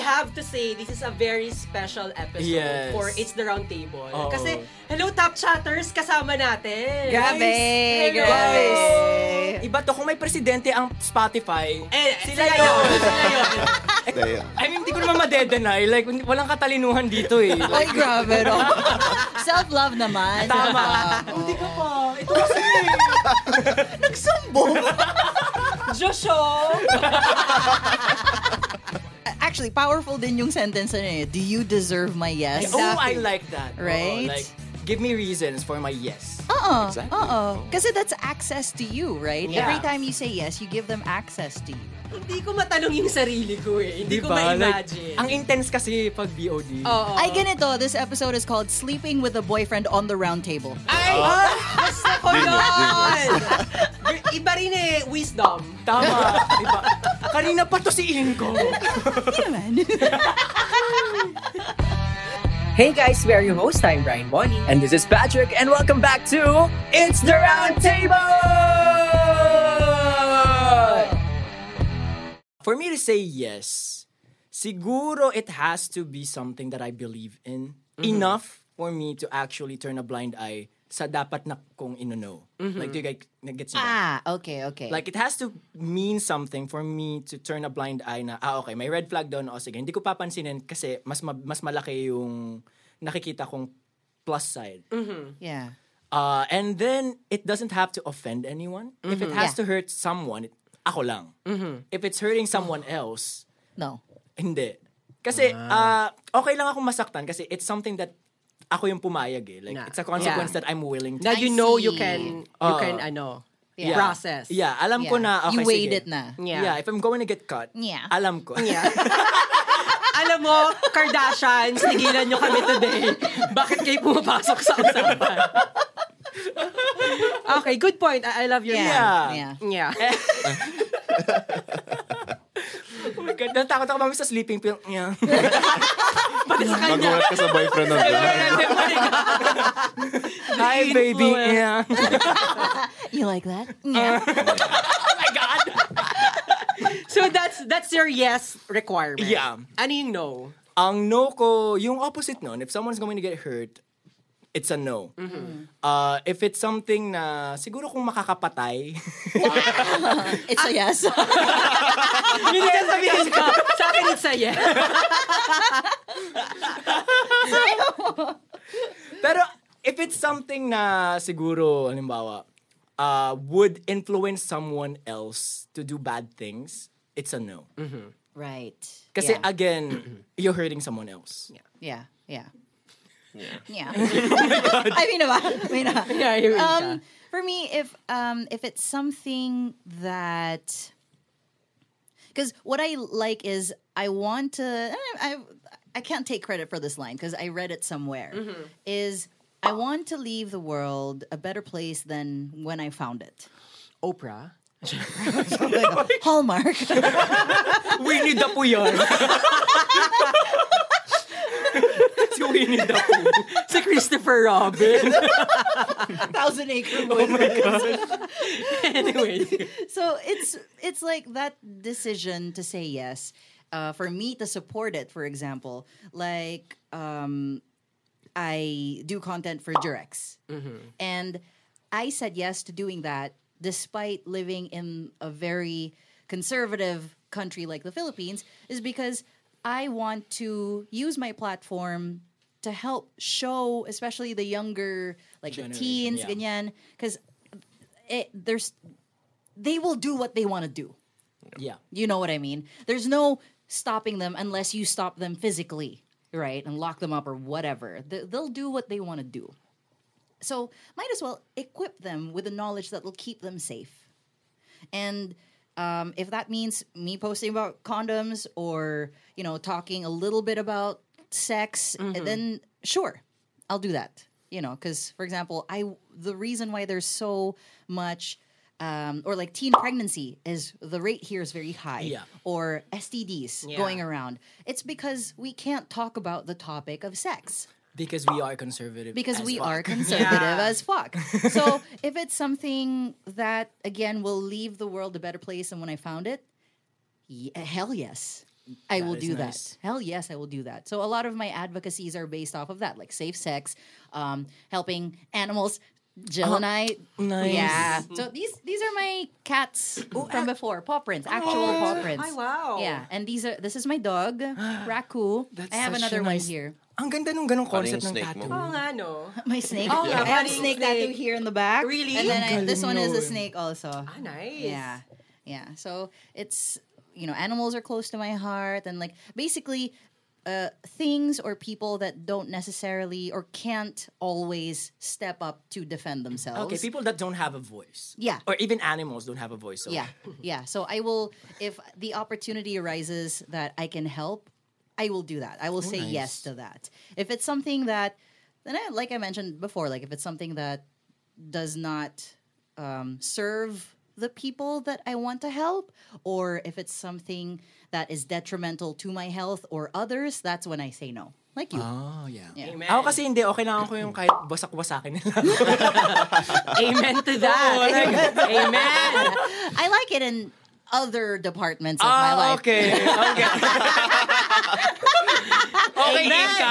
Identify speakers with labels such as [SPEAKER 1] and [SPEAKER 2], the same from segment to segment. [SPEAKER 1] have to say, this is a very special episode
[SPEAKER 2] Yes.
[SPEAKER 1] for It's the Round Table.
[SPEAKER 2] Oo.
[SPEAKER 1] Kasi, hello Top Chatters, kasama natin.
[SPEAKER 3] Grabe,
[SPEAKER 1] Guys, hello.
[SPEAKER 3] grabe.
[SPEAKER 2] Iba to, kung may presidente ang Spotify,
[SPEAKER 1] Eh, sila yun, sila yun.
[SPEAKER 4] Damn.
[SPEAKER 2] I mean, hindi ko naman madedenay. Like, hindi- walang katalinuhan dito eh.
[SPEAKER 3] Ay,
[SPEAKER 2] Like,
[SPEAKER 3] grabe, no? Self-love naman.
[SPEAKER 2] Tama.
[SPEAKER 3] Hindi ka pa.
[SPEAKER 2] ito kasi eh.
[SPEAKER 1] Joshua!
[SPEAKER 3] Actually, powerful din yung sentence na yun. Do you deserve my yes?
[SPEAKER 2] Oh, I like that. Oo,
[SPEAKER 3] Right?
[SPEAKER 2] like, give me reasons for my yes.
[SPEAKER 1] Oh,
[SPEAKER 3] Oo.
[SPEAKER 4] Exactly.
[SPEAKER 3] Oo. Uh-uh. Kasi that's access to you, right?
[SPEAKER 2] Yeah.
[SPEAKER 3] Every time you say yes, you give them access to you.
[SPEAKER 1] Hindi ko matanong yung sarili ko eh. Hindi ko
[SPEAKER 2] Diba? Like,
[SPEAKER 1] ma-imagine. Oh.
[SPEAKER 2] ang intense kasi pag BOD.
[SPEAKER 1] Oo.
[SPEAKER 3] Ay, ganito. This episode is called Sleeping with a Boyfriend on the Round Table.
[SPEAKER 1] Ay!
[SPEAKER 2] Ah.
[SPEAKER 1] ah, Gusto ko
[SPEAKER 4] Genius,
[SPEAKER 1] yun! Iba rin eh, wisdom.
[SPEAKER 2] Tama. diba? Kanina pa to si Inko.
[SPEAKER 3] Hindi naman.
[SPEAKER 5] Hey guys, we are your host. I'm Brian Bonnie. And this is Patrick, and welcome back to It's the Round Table!
[SPEAKER 2] For me to say yes, siguro it has to be something that I believe in.
[SPEAKER 1] Mm-hmm.
[SPEAKER 2] Enough for me to actually turn a blind eye sa dapat na kong inono.
[SPEAKER 1] Mm-hmm.
[SPEAKER 2] Like, do you guys get
[SPEAKER 3] ah, okay, okay.
[SPEAKER 2] Like, it has to mean something for me to turn a blind eye na, ah, okay, may red flag doon. O sige, hindi ko papansinin kasi mas, ma- mas malaki yung nakikita kong plus side.
[SPEAKER 1] Mm.
[SPEAKER 3] yeah.
[SPEAKER 2] Uh, and then, it doesn't have to offend anyone. If
[SPEAKER 1] Mm-hmm.
[SPEAKER 2] it has to hurt someone, it- ako lang. If it's hurting someone else,
[SPEAKER 3] No.
[SPEAKER 2] hindi. Kasi, ah, okay lang akong masaktan kasi it's something that ako yung pumayag eh. Like,
[SPEAKER 1] Na-
[SPEAKER 2] it's a consequence that I'm willing to.
[SPEAKER 1] Now
[SPEAKER 3] I
[SPEAKER 1] you know
[SPEAKER 3] see.
[SPEAKER 1] you can, you can, ano,
[SPEAKER 3] Yeah.
[SPEAKER 1] process.
[SPEAKER 2] Ah. Yeah, alam ko
[SPEAKER 3] Yeah.
[SPEAKER 2] na, okay,
[SPEAKER 3] You weighed
[SPEAKER 2] sige.
[SPEAKER 3] it na.
[SPEAKER 2] Yeah.
[SPEAKER 1] Yeah.
[SPEAKER 2] if I'm going to get cut,
[SPEAKER 3] Yeah.
[SPEAKER 2] alam ko.
[SPEAKER 1] Alam mo, Kardashians, tigilan nyo kami today. Bakit kayo pumapasok sa usapan? okay, good point. I, I love your
[SPEAKER 2] Yeah.
[SPEAKER 3] Yeah.
[SPEAKER 1] point. Yeah.
[SPEAKER 2] Oh my God, natakot ako mami sa sleeping pill. Yeah.
[SPEAKER 1] Pati sa kanya.
[SPEAKER 4] Magulat ka sa boyfriend ng
[SPEAKER 2] Hi, baby.
[SPEAKER 1] influence.
[SPEAKER 2] Yeah.
[SPEAKER 3] Oh You like that? Yeah.
[SPEAKER 1] So that's that's your yes requirement.
[SPEAKER 2] Yeah.
[SPEAKER 1] Ano yung no?
[SPEAKER 2] Ang no ko, yung opposite nun, if someone's going to get hurt, it's a no. Uh, if it's something na siguro kung makakapatay,
[SPEAKER 3] It's
[SPEAKER 2] Ah.
[SPEAKER 3] a yes.
[SPEAKER 1] Hindi ka sabihin ka. Sa akin, it's a yes.
[SPEAKER 2] Pero if it's something na siguro, halimbawa, uh, would influence someone else to do bad things, it's a no.
[SPEAKER 3] right.
[SPEAKER 2] Kasi
[SPEAKER 3] yeah.
[SPEAKER 2] again, you're hurting someone else.
[SPEAKER 3] yeah. Yeah. Yeah. I mean, naman. I mean, naman.
[SPEAKER 1] Yeah, here we
[SPEAKER 3] um, for me, if um, if it's something that, because what I like is I want to. I I can't take credit for this line because I read it somewhere. Is I want to leave the world a better place than when I found it.
[SPEAKER 1] Oprah.
[SPEAKER 3] Hallmark.
[SPEAKER 2] Winnie the Pooh yun. si Winnie the Pooh.
[SPEAKER 1] Si Christopher Robin.
[SPEAKER 3] Thousand Acre Wood.
[SPEAKER 1] anyway.
[SPEAKER 3] so it's it's like that decision to say yes uh, for me to support it for example like um, i do content for durex
[SPEAKER 2] Mm-hmm.
[SPEAKER 3] and i said yes to doing that despite living in a very conservative country like the philippines is because i want to use my platform to help show especially the younger like the
[SPEAKER 2] Generation,
[SPEAKER 3] teens
[SPEAKER 2] yeah.
[SPEAKER 3] ganyan because it, there's they will do what they want to do.
[SPEAKER 2] Yeah.
[SPEAKER 3] You know what I mean? There's no stopping them unless you stop them physically, right? And lock them up or whatever. They- They'll do what they want to do. So, might as well equip them with the knowledge that will keep them safe. And um, if that means me posting about condoms or, you know, talking a little bit about sex, eh, then sure, I'll do that. You know, because for example, I the reason why there's so much, um, or like teen pregnancy is the rate here is very high,
[SPEAKER 2] Yeah.
[SPEAKER 3] or STDs going around. It's because we can't talk about the topic of sex
[SPEAKER 2] Because we are conservative.
[SPEAKER 3] because
[SPEAKER 2] as
[SPEAKER 3] we
[SPEAKER 2] fuck.
[SPEAKER 3] are conservative as fuck. So if it's something that again will leave the world a better place than when I found it, ye- eh, hell yes. I will
[SPEAKER 2] is
[SPEAKER 3] do
[SPEAKER 2] nice.
[SPEAKER 3] that. Hell yes, I will do that. So a lot of my advocacies are based off of that, like safe sex, um, helping animals. Jill and I,
[SPEAKER 2] Uh-huh. nice. uh,
[SPEAKER 3] yeah. So these these are my cats from before, paw prints,
[SPEAKER 2] oh,
[SPEAKER 3] actual paw prints.
[SPEAKER 1] Ay, wow.
[SPEAKER 3] Yeah, and these are this is my dog, Raku.
[SPEAKER 2] That's
[SPEAKER 3] I have
[SPEAKER 2] such
[SPEAKER 3] another
[SPEAKER 2] a
[SPEAKER 3] one
[SPEAKER 2] nice-
[SPEAKER 3] here.
[SPEAKER 2] Ang ganda nung ganong
[SPEAKER 4] Parang
[SPEAKER 2] concept ng
[SPEAKER 4] snake
[SPEAKER 2] tattoo.
[SPEAKER 4] mo.
[SPEAKER 1] Oo nga, no?
[SPEAKER 3] My snake.
[SPEAKER 1] Oh, yeah,
[SPEAKER 3] I have a
[SPEAKER 1] parang
[SPEAKER 3] snake
[SPEAKER 1] snake.
[SPEAKER 3] tattoo here in the back.
[SPEAKER 1] Really?
[SPEAKER 3] And then I,
[SPEAKER 2] Ang
[SPEAKER 3] this one is a
[SPEAKER 2] galing nun.
[SPEAKER 3] snake also.
[SPEAKER 1] Ah, nice.
[SPEAKER 3] Yeah. Yeah. So it's you know, animals are close to my heart and like basically uh things or people that don't necessarily or can't always step up to defend themselves.
[SPEAKER 2] Oh. Okay, people that don't have a voice.
[SPEAKER 3] Yeah.
[SPEAKER 2] Or even animals don't have a voice. So.
[SPEAKER 3] Yeah. Yeah. So I will if the opportunity arises that I can help, I will do that. I will
[SPEAKER 4] Oh,
[SPEAKER 3] say yes to that. If it's something that then I like I mentioned before, like if it's something that does not um, serve the people that I want to help, or if it's something that is detrimental to my health or others, that's when I say no. Like you.
[SPEAKER 2] Oh, yeah.
[SPEAKER 1] Amen.
[SPEAKER 2] Ako kasi hindi, okay lang ako yung kahit wasak-wasakin nila.
[SPEAKER 1] Amen to that. Amen.
[SPEAKER 3] I like it in other departments of my
[SPEAKER 2] Ah,
[SPEAKER 3] life.
[SPEAKER 2] okay. Okay. okay, Ika.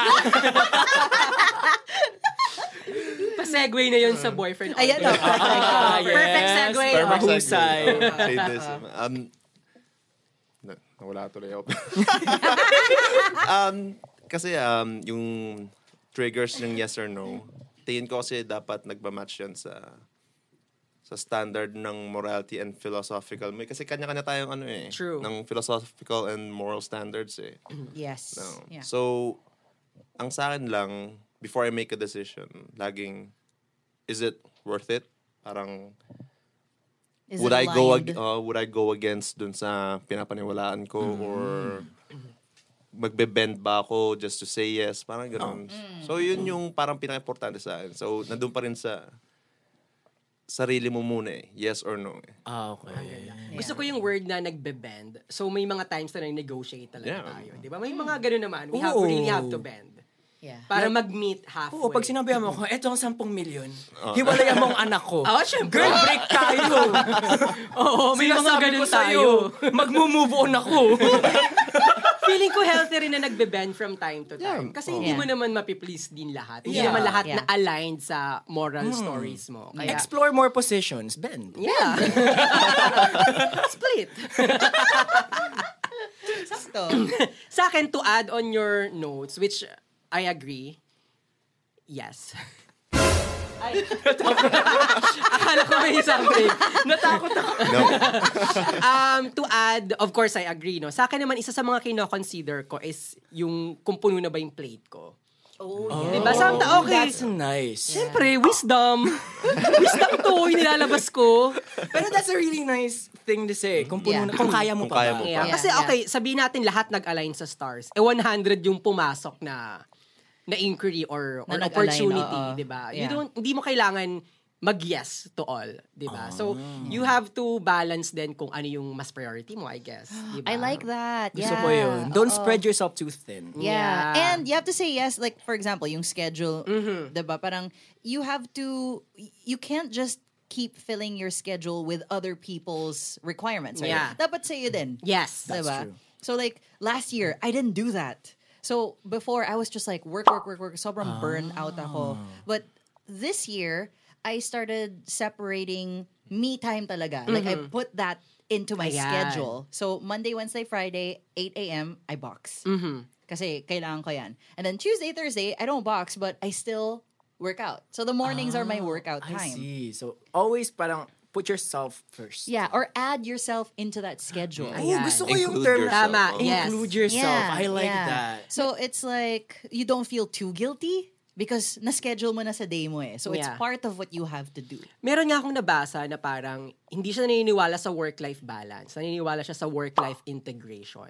[SPEAKER 1] Pasegue na yun sa boyfriend. Oh, diba?
[SPEAKER 3] Ayan, no,
[SPEAKER 1] already.
[SPEAKER 3] perfect.
[SPEAKER 2] Ah,
[SPEAKER 1] Perfect
[SPEAKER 2] yes.
[SPEAKER 1] segue. Oh.
[SPEAKER 2] Perfect Mahusay.
[SPEAKER 4] segue. Oh, say this. Um, na, nawala tuloy ako. um, kasi um, yung triggers ng yes or no, tingin ko kasi dapat nagmamatch yan sa sa standard ng morality and philosophical. May kasi kanya-kanya tayong ano eh.
[SPEAKER 2] True.
[SPEAKER 4] Ng philosophical and moral standards eh.
[SPEAKER 3] Yes.
[SPEAKER 4] No.
[SPEAKER 3] Yeah.
[SPEAKER 4] So, ang sa akin lang, before I make a decision, laging, is it worth it? Parang,
[SPEAKER 3] Is
[SPEAKER 4] would
[SPEAKER 3] it
[SPEAKER 4] I go
[SPEAKER 3] aligned?
[SPEAKER 4] ag- uh, would I go against dun sa pinapaniwalaan ko
[SPEAKER 2] Mm.
[SPEAKER 4] or magbe-bend ba ako just to say yes? Parang
[SPEAKER 2] Oh.
[SPEAKER 4] ganoon.
[SPEAKER 2] Mm.
[SPEAKER 4] So yun yung parang pinaka-importante sa akin. So nandun pa rin sa sarili mo muna eh. Yes or no. Eh.
[SPEAKER 2] Ah, okay.
[SPEAKER 1] Gusto ko yung word na nagbe-bend. So, may mga times na nag-negotiate talaga
[SPEAKER 4] Yeah.
[SPEAKER 1] tayo. Di ba? May mga ganun naman. We have to
[SPEAKER 2] Oo.
[SPEAKER 1] really have to bend.
[SPEAKER 3] Yeah.
[SPEAKER 1] Para mag-meet halfway.
[SPEAKER 2] Oo, pag sinabi mo ko, eto ang 10 milyon.
[SPEAKER 4] Ah.
[SPEAKER 2] Hiwalayan mo ang anak ko.
[SPEAKER 1] Oo, Ah, syempre.
[SPEAKER 2] Girl, break tayo.
[SPEAKER 1] Oo, may mga
[SPEAKER 2] Sinasabi ko
[SPEAKER 1] ganun
[SPEAKER 2] sa'yo,
[SPEAKER 1] tayo.
[SPEAKER 2] Magmo-move on ako.
[SPEAKER 1] feeling ko healthy rin na nagbe-bend from time to time.
[SPEAKER 4] Yeah.
[SPEAKER 1] Kasi hindi
[SPEAKER 3] Yeah.
[SPEAKER 1] mo naman mapiplease din lahat. Hindi
[SPEAKER 2] Oh. Yeah. Hmm.
[SPEAKER 1] naman lahat
[SPEAKER 3] Yeah.
[SPEAKER 1] na aligned sa moral stories mo. Kaya,
[SPEAKER 2] Explore more positions, Ben.
[SPEAKER 1] yeah. Split.
[SPEAKER 3] Sakto.
[SPEAKER 1] Sa akin, to add on your notes, which I agree, yes. Ay, akala ko may something. Natakot ako.
[SPEAKER 4] No.
[SPEAKER 1] Um, to add, of course, I agree. No? Sa akin naman, isa sa mga kino-consider ko is yung kung puno na ba yung plate ko.
[SPEAKER 3] Oh,
[SPEAKER 1] Di Diba? Sometimes, okay.
[SPEAKER 2] That's nice.
[SPEAKER 1] Siyempre, wisdom. wisdom to, yung nilalabas ko.
[SPEAKER 2] Pero that's a really nice thing to say. Kung, puno
[SPEAKER 3] Yeah.
[SPEAKER 2] na- kung kaya mo
[SPEAKER 4] Kung
[SPEAKER 2] pa.
[SPEAKER 4] kaya
[SPEAKER 2] ba?
[SPEAKER 4] mo
[SPEAKER 1] Yeah.
[SPEAKER 3] Yeah,
[SPEAKER 1] Oh, Kasi
[SPEAKER 3] yeah.
[SPEAKER 1] okay, sabihin natin lahat nag-align sa stars. Eh 100 yung pumasok na na inquiry or, or
[SPEAKER 3] Na nag-align,
[SPEAKER 1] opportunity,
[SPEAKER 3] oo.
[SPEAKER 1] 'di ba? You
[SPEAKER 3] Yeah.
[SPEAKER 1] don't hindi mo kailangan mag-yes to all, 'di ba? So
[SPEAKER 3] Oh.
[SPEAKER 1] you have to balance then kung ano yung mas priority mo, I guess, 'di ba?
[SPEAKER 3] I like that.
[SPEAKER 2] Gusto
[SPEAKER 3] yeah.
[SPEAKER 2] ko yun. Don't spread yourself too thin.
[SPEAKER 3] Yeah.
[SPEAKER 1] Yeah. Mm-hmm.
[SPEAKER 3] And you have to say yes. Like, for example, yung schedule, diba? Parang, you have to, you can't just keep filling your schedule with other people's requirements. Right?
[SPEAKER 1] Yeah.
[SPEAKER 3] Dapat sa'yo din.
[SPEAKER 1] Yes.
[SPEAKER 3] diba?
[SPEAKER 2] true. Mm.
[SPEAKER 3] So, like, last year, I didn't do that. So, before, I was just like, work, work, work, work. Sobrang burned out ako.
[SPEAKER 2] Ah.
[SPEAKER 3] But this year, I started separating me time talaga. Like, I put that into my
[SPEAKER 1] Ayan.
[SPEAKER 3] schedule. So, Monday, Wednesday, Friday, 8 a.m., I box. Kasi kailangan ko yan. And then Tuesday, Thursday, I don't box, but I still work out. So the mornings are my workout
[SPEAKER 2] Ah, I
[SPEAKER 3] time.
[SPEAKER 2] see. So, always parang put yourself first.
[SPEAKER 3] Yeah, or add yourself into that schedule.
[SPEAKER 2] Oh,
[SPEAKER 1] Ayan.
[SPEAKER 2] gusto ko yung term.
[SPEAKER 4] Include yourself.
[SPEAKER 1] Tama,
[SPEAKER 4] Oh.
[SPEAKER 1] yes.
[SPEAKER 2] Include yourself. I like
[SPEAKER 3] yeah.
[SPEAKER 2] that.
[SPEAKER 3] So it's like you don't feel too guilty because na-schedule mo na sa day mo eh. So it's
[SPEAKER 1] Yeah.
[SPEAKER 3] part of what you have to do.
[SPEAKER 1] Meron nga akong nabasa na parang hindi siya naniniwala sa work-life balance. Naniniwala siya sa work-life integration.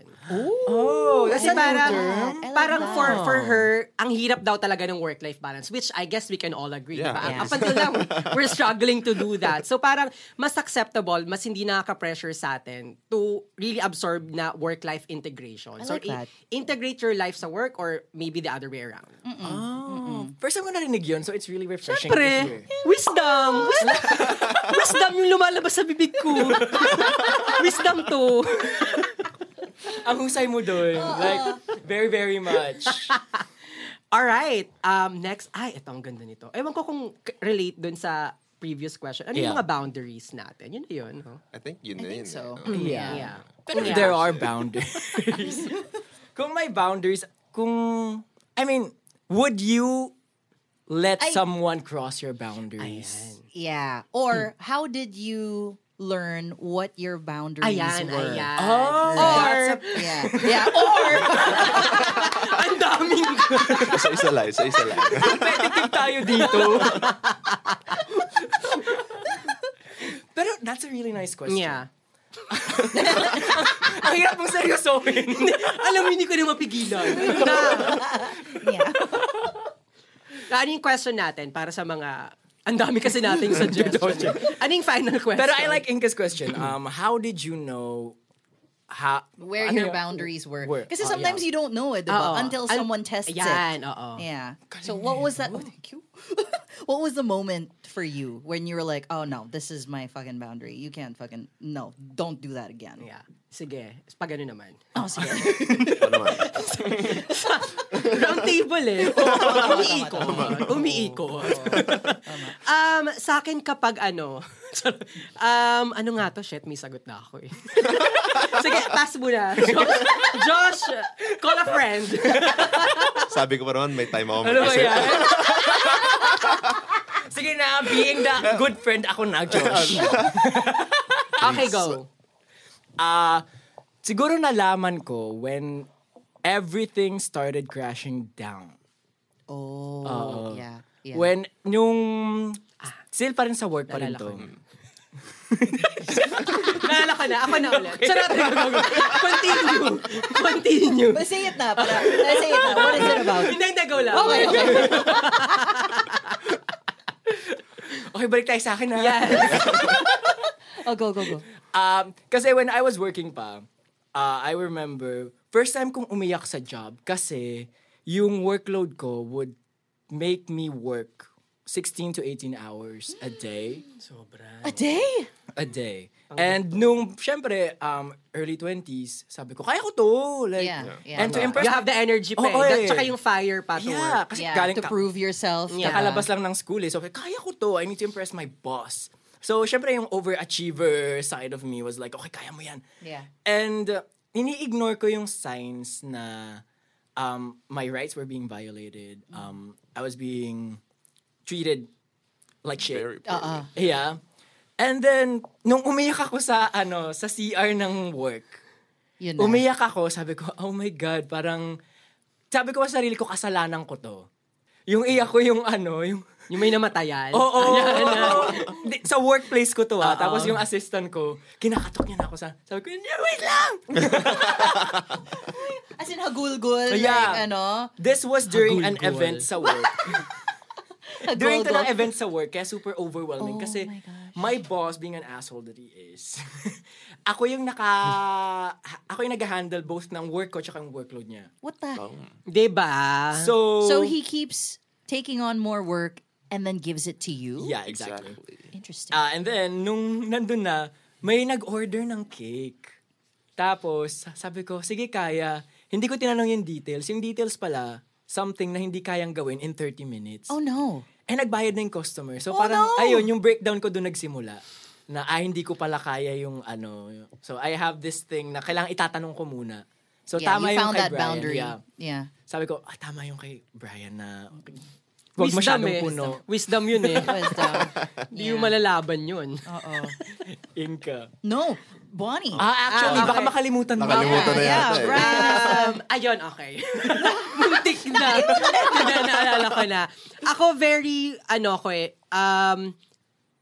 [SPEAKER 2] Oh,
[SPEAKER 1] Kasi
[SPEAKER 3] I like
[SPEAKER 1] parang,
[SPEAKER 3] that. I like
[SPEAKER 1] parang
[SPEAKER 3] that.
[SPEAKER 1] for for her, ang hirap daw talaga ng work-life balance, which I guess we can all agree.
[SPEAKER 4] Yeah.
[SPEAKER 1] diba?
[SPEAKER 3] Yeah.
[SPEAKER 1] Up until now, we're struggling to do that. So parang mas acceptable, mas hindi nakaka-pressure sa atin to really absorb na work-life integration.
[SPEAKER 3] I
[SPEAKER 1] so
[SPEAKER 3] like that.
[SPEAKER 1] integrate your life sa work or maybe the other way around.
[SPEAKER 3] Mm.
[SPEAKER 2] Oh. First time ko narinig yun, so it's really refreshing. to
[SPEAKER 1] Pre,
[SPEAKER 2] hear.
[SPEAKER 1] wisdom! Wisdom, wisdom yung lumalabas sa bibig ko. wisdom to.
[SPEAKER 2] ang husay mo doon. Like, very, very much.
[SPEAKER 1] Alright. Um, next. Ay, ito ang ganda nito. Ewan ko kung k- relate dun sa previous question. Ano yung
[SPEAKER 2] Yeah.
[SPEAKER 1] mga boundaries natin? Yun na yun. no?
[SPEAKER 4] I think yun na
[SPEAKER 3] think
[SPEAKER 4] yun. eh,
[SPEAKER 3] so.
[SPEAKER 4] no?
[SPEAKER 2] Yeah.
[SPEAKER 1] Yeah.
[SPEAKER 2] Pero
[SPEAKER 1] Yeah.
[SPEAKER 2] there are boundaries. kung may boundaries, kung, I mean, would you let
[SPEAKER 3] Ay.
[SPEAKER 2] someone cross your boundaries?
[SPEAKER 3] Yeah. Or how did you learn what your boundaries
[SPEAKER 1] Ayan,
[SPEAKER 3] were?
[SPEAKER 1] ayan.
[SPEAKER 2] Oh,
[SPEAKER 1] Or,
[SPEAKER 3] Yeah. Yeah. Or
[SPEAKER 1] ang daming
[SPEAKER 4] Isa-isa lang, isa-isa lang.
[SPEAKER 2] competitive tayo dito. Pero that's a really nice question.
[SPEAKER 1] Yeah.
[SPEAKER 2] Ang hirap mong seryosohin.
[SPEAKER 1] Alam mo, hindi ko na mapigilan. na,
[SPEAKER 3] yeah.
[SPEAKER 1] ano yung question natin para sa mga... Ang dami kasi nating suggestion. ano yung final question?
[SPEAKER 2] Pero I like Inka's question. Um, how did you know how,
[SPEAKER 3] Where
[SPEAKER 2] ano
[SPEAKER 3] your
[SPEAKER 2] yun?
[SPEAKER 3] boundaries were.
[SPEAKER 2] Were.
[SPEAKER 3] Because
[SPEAKER 2] Ah,
[SPEAKER 3] sometimes
[SPEAKER 2] yeah.
[SPEAKER 3] you don't know it
[SPEAKER 1] Oo.
[SPEAKER 3] diba? until
[SPEAKER 1] An-
[SPEAKER 3] someone tests it.
[SPEAKER 1] Ayan, oo.
[SPEAKER 3] Yeah. So what was that? Oh, thank you. what was the moment for you when you were like, "Oh no, this is my fucking boundary. You can't fucking no, don't do that again."
[SPEAKER 1] Yeah. Sige, pag ano naman.
[SPEAKER 3] Oh, sige.
[SPEAKER 4] Ano man?
[SPEAKER 1] Round table eh. umiikot. umiikot. um, sa akin kapag ano, um, ano nga to, shit, may sagot na ako eh. Sige, pass muna. Josh, Josh, call a friend.
[SPEAKER 4] Sabi ko pa naman, may time ako
[SPEAKER 2] Ano ba
[SPEAKER 4] mag-isip.
[SPEAKER 2] yan? Sige na, being the good friend ako na, Josh.
[SPEAKER 1] Okay, go.
[SPEAKER 2] Ah, siguro nalaman ko when everything started crashing down.
[SPEAKER 3] Oh, yeah. Yeah.
[SPEAKER 2] When yung still pa rin sa work pa rin
[SPEAKER 1] Naalala Ah. ko
[SPEAKER 2] to.
[SPEAKER 1] Nalala ko na, ako na ulit. Sarap na go, go. Continue. Continue.
[SPEAKER 3] But say it na. Para, say it na. What is it about?
[SPEAKER 1] Hindi, hindi, go lang.
[SPEAKER 3] Okay, okay.
[SPEAKER 2] Okay, balik tayo sa akin ha.
[SPEAKER 1] Yes.
[SPEAKER 3] Oh, go, go, go.
[SPEAKER 2] Um, kasi when I was working pa, uh, I remember, first time kong umiyak sa job kasi yung workload ko would make me work 16 to 18 hours a day.
[SPEAKER 1] Sobra.
[SPEAKER 3] A day?
[SPEAKER 2] a day. And nung, syempre, um, early 20s, sabi ko, kaya ko to. Like,
[SPEAKER 3] Yeah, yeah.
[SPEAKER 2] And to impress,
[SPEAKER 1] You have the energy pa eh.
[SPEAKER 2] Oo, eh.
[SPEAKER 1] Tsaka yung fire pa to
[SPEAKER 2] yeah,
[SPEAKER 1] work.
[SPEAKER 2] kasi
[SPEAKER 3] yeah,
[SPEAKER 2] galing
[SPEAKER 3] to
[SPEAKER 2] ka-
[SPEAKER 3] prove yourself. Yeah.
[SPEAKER 2] kakalabas lang ng school eh. So, kaya ko to. I need to impress my boss. So, syempre, yung overachiever side of me was like, okay, kaya mo yan.
[SPEAKER 3] Yeah.
[SPEAKER 2] And, uh, ini-ignore ko yung signs na um, my rights were being violated.
[SPEAKER 3] Mm.
[SPEAKER 2] Um, I was being treated like shit.
[SPEAKER 4] Very
[SPEAKER 3] Uh-uh.
[SPEAKER 2] Yeah. And then, nung umiyak ako sa, ano, sa CR ng work,
[SPEAKER 3] Yun na.
[SPEAKER 2] umiyak ako, sabi ko, oh my God, parang, sabi ko sa sarili ko, kasalanan ko to. Yung iyak ko yung ano, yung,
[SPEAKER 1] Yung may namatayan.
[SPEAKER 2] oo, oo, oo. Di, sa workplace ko to ah. Tapos yung assistant ko, kinakatok niya na ako sa, sabi ko, "No, wait lang!
[SPEAKER 3] As in, hagulgul. Like,
[SPEAKER 2] Yeah.
[SPEAKER 3] ano?
[SPEAKER 2] This was during an
[SPEAKER 1] Hagulgol.
[SPEAKER 2] event sa work.
[SPEAKER 3] Hagulgul.
[SPEAKER 2] during to ng event sa work, kaya super overwhelming.
[SPEAKER 3] Oh
[SPEAKER 2] kasi
[SPEAKER 3] my gosh.
[SPEAKER 2] my boss, being an asshole that he is, ako yung naka, ako yung nag-handle both ng work ko tsaka yung workload niya.
[SPEAKER 3] What the?
[SPEAKER 1] Diba?
[SPEAKER 2] So,
[SPEAKER 3] Ah. So he keeps taking on more work and then gives it to you?
[SPEAKER 2] yeah, exactly.
[SPEAKER 4] Exactly.
[SPEAKER 3] Interesting.
[SPEAKER 2] Ah, and then, nung nandun na, may nag-order ng cake. Tapos, sabi ko, sige kaya. Hindi ko tinanong yung details. Yung details pala, something na hindi kayang gawin in 30 minutes.
[SPEAKER 3] oh, no.
[SPEAKER 2] Eh, nagbayad na yung customer. So,
[SPEAKER 3] Oh,
[SPEAKER 2] parang,
[SPEAKER 3] no!
[SPEAKER 2] ayun, yung breakdown ko doon nagsimula. Na, ah, hindi ko pala kaya yung ano. So, I have this thing na kailangan itatanong ko muna. So,
[SPEAKER 3] Yeah,
[SPEAKER 2] tama
[SPEAKER 3] you
[SPEAKER 2] yung
[SPEAKER 3] found
[SPEAKER 2] kay
[SPEAKER 3] that
[SPEAKER 2] Brian.
[SPEAKER 3] boundary.
[SPEAKER 2] Yeah.
[SPEAKER 3] yeah.
[SPEAKER 2] Sabi ko, ah, tama yung kay Brian na huwag
[SPEAKER 1] Wisdom
[SPEAKER 2] masyadong
[SPEAKER 1] eh.
[SPEAKER 2] puno.
[SPEAKER 1] Wisdom yun eh.
[SPEAKER 3] Wisdom.
[SPEAKER 1] Hindi mo malalaban yun.
[SPEAKER 3] Oo.
[SPEAKER 2] Inka.
[SPEAKER 3] No, Bonnie.
[SPEAKER 2] Ah, actually,
[SPEAKER 1] Ah, okay.
[SPEAKER 2] baka makalimutan mo.
[SPEAKER 4] Nakalimutan na
[SPEAKER 3] yeah,
[SPEAKER 4] yata eh.
[SPEAKER 3] right.
[SPEAKER 1] Um, ayun, okay. Muntik na. na naalala ko na. Ako very, ano ko eh, um,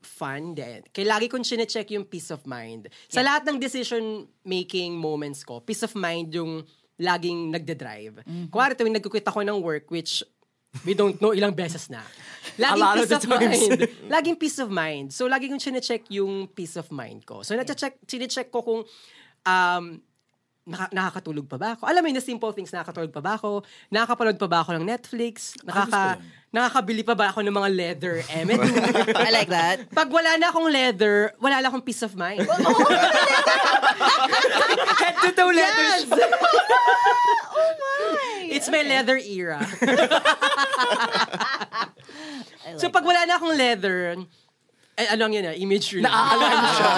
[SPEAKER 1] fun din. Kaya lagi kong sinecheck yung peace of mind. Sa lahat ng decision-making moments ko, peace of mind yung laging nagde-drive.
[SPEAKER 2] Mm-hmm.
[SPEAKER 1] Kuwari tuwing nagkukwit ako ng work, which we don't know ilang beses na. Laging
[SPEAKER 2] lot of
[SPEAKER 1] peace
[SPEAKER 2] the
[SPEAKER 1] of,
[SPEAKER 2] times.
[SPEAKER 1] mind. laging peace of mind. So, lagi kong sinecheck yung peace of mind ko. So, nachecheck, sinecheck ko kung um, naka- nakakatulog pa ba ako? Alam mo yun, the simple things, nakakatulog pa ba ako? Nakakapanood pa ba ako ng Netflix? Nakaka,
[SPEAKER 2] gusto
[SPEAKER 1] nakakabili pa ba ako ng mga leather M&M?
[SPEAKER 3] I like that.
[SPEAKER 1] Pag wala na akong leather, wala na akong peace of mind.
[SPEAKER 3] Oh,
[SPEAKER 2] Head to toe letters.
[SPEAKER 1] It's my leather era.
[SPEAKER 3] I like
[SPEAKER 1] So pag wala na akong leather, eh, ano ang yun ah, imagery.
[SPEAKER 2] Naaalarm siya.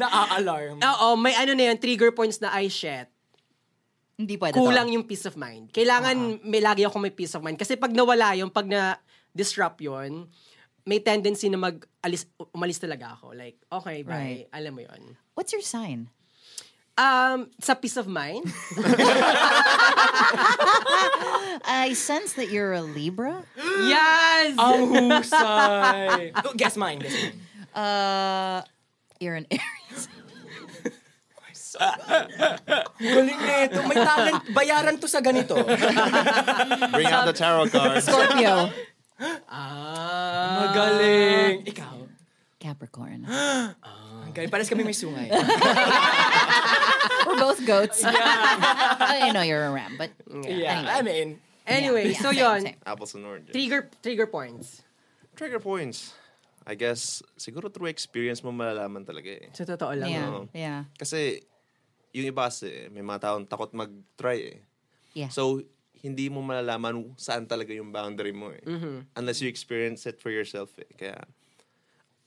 [SPEAKER 2] Naaalarm.
[SPEAKER 1] Oo, may ano na yun, trigger points na I shit.
[SPEAKER 3] that. Hindi pwede
[SPEAKER 1] Kulang
[SPEAKER 3] to.
[SPEAKER 1] yung peace of mind.
[SPEAKER 3] Ah.
[SPEAKER 1] Kailangan may lagi ako may peace of mind. Kasi pag nawala yun, pag na-disrupt yun, may tendency na mag-alis, umalis talaga ako. Like, okay, bye.
[SPEAKER 3] Right.
[SPEAKER 1] Alam mo yun.
[SPEAKER 3] What's your sign?
[SPEAKER 1] Um, sa peace of mind,
[SPEAKER 3] I sense that you're a Libra.
[SPEAKER 1] yes!
[SPEAKER 2] Ang
[SPEAKER 3] Oh.
[SPEAKER 2] husay. Oh, guess mine, guess mine.
[SPEAKER 3] Uh, you're an Aries.
[SPEAKER 2] Galing na ito. May talent. Bayaran to sa ganito.
[SPEAKER 4] Bring out the tarot cards.
[SPEAKER 3] Scorpio.
[SPEAKER 2] Ah. Magaling. Ikaw.
[SPEAKER 3] Capricorn.
[SPEAKER 2] Ang galing. Pares kami may sungay.
[SPEAKER 3] We're both goats. I know you're a ram, but
[SPEAKER 2] Yeah. I mean,
[SPEAKER 1] Anyway,
[SPEAKER 3] Yeah,
[SPEAKER 1] so
[SPEAKER 3] same,
[SPEAKER 1] yun,
[SPEAKER 3] same.
[SPEAKER 4] Apples and oranges.
[SPEAKER 1] trigger trigger points.
[SPEAKER 4] Trigger points. I guess, siguro through experience mo malalaman talaga eh.
[SPEAKER 1] Sa totoo lang.
[SPEAKER 3] yeah,
[SPEAKER 4] Oo.
[SPEAKER 3] yeah,
[SPEAKER 4] Kasi, yung iba kasi, may mga taong takot mag-try eh.
[SPEAKER 3] yeah.
[SPEAKER 4] So, hindi mo malalaman saan talaga yung boundary mo eh. Unless you experience it for yourself eh. Kaya,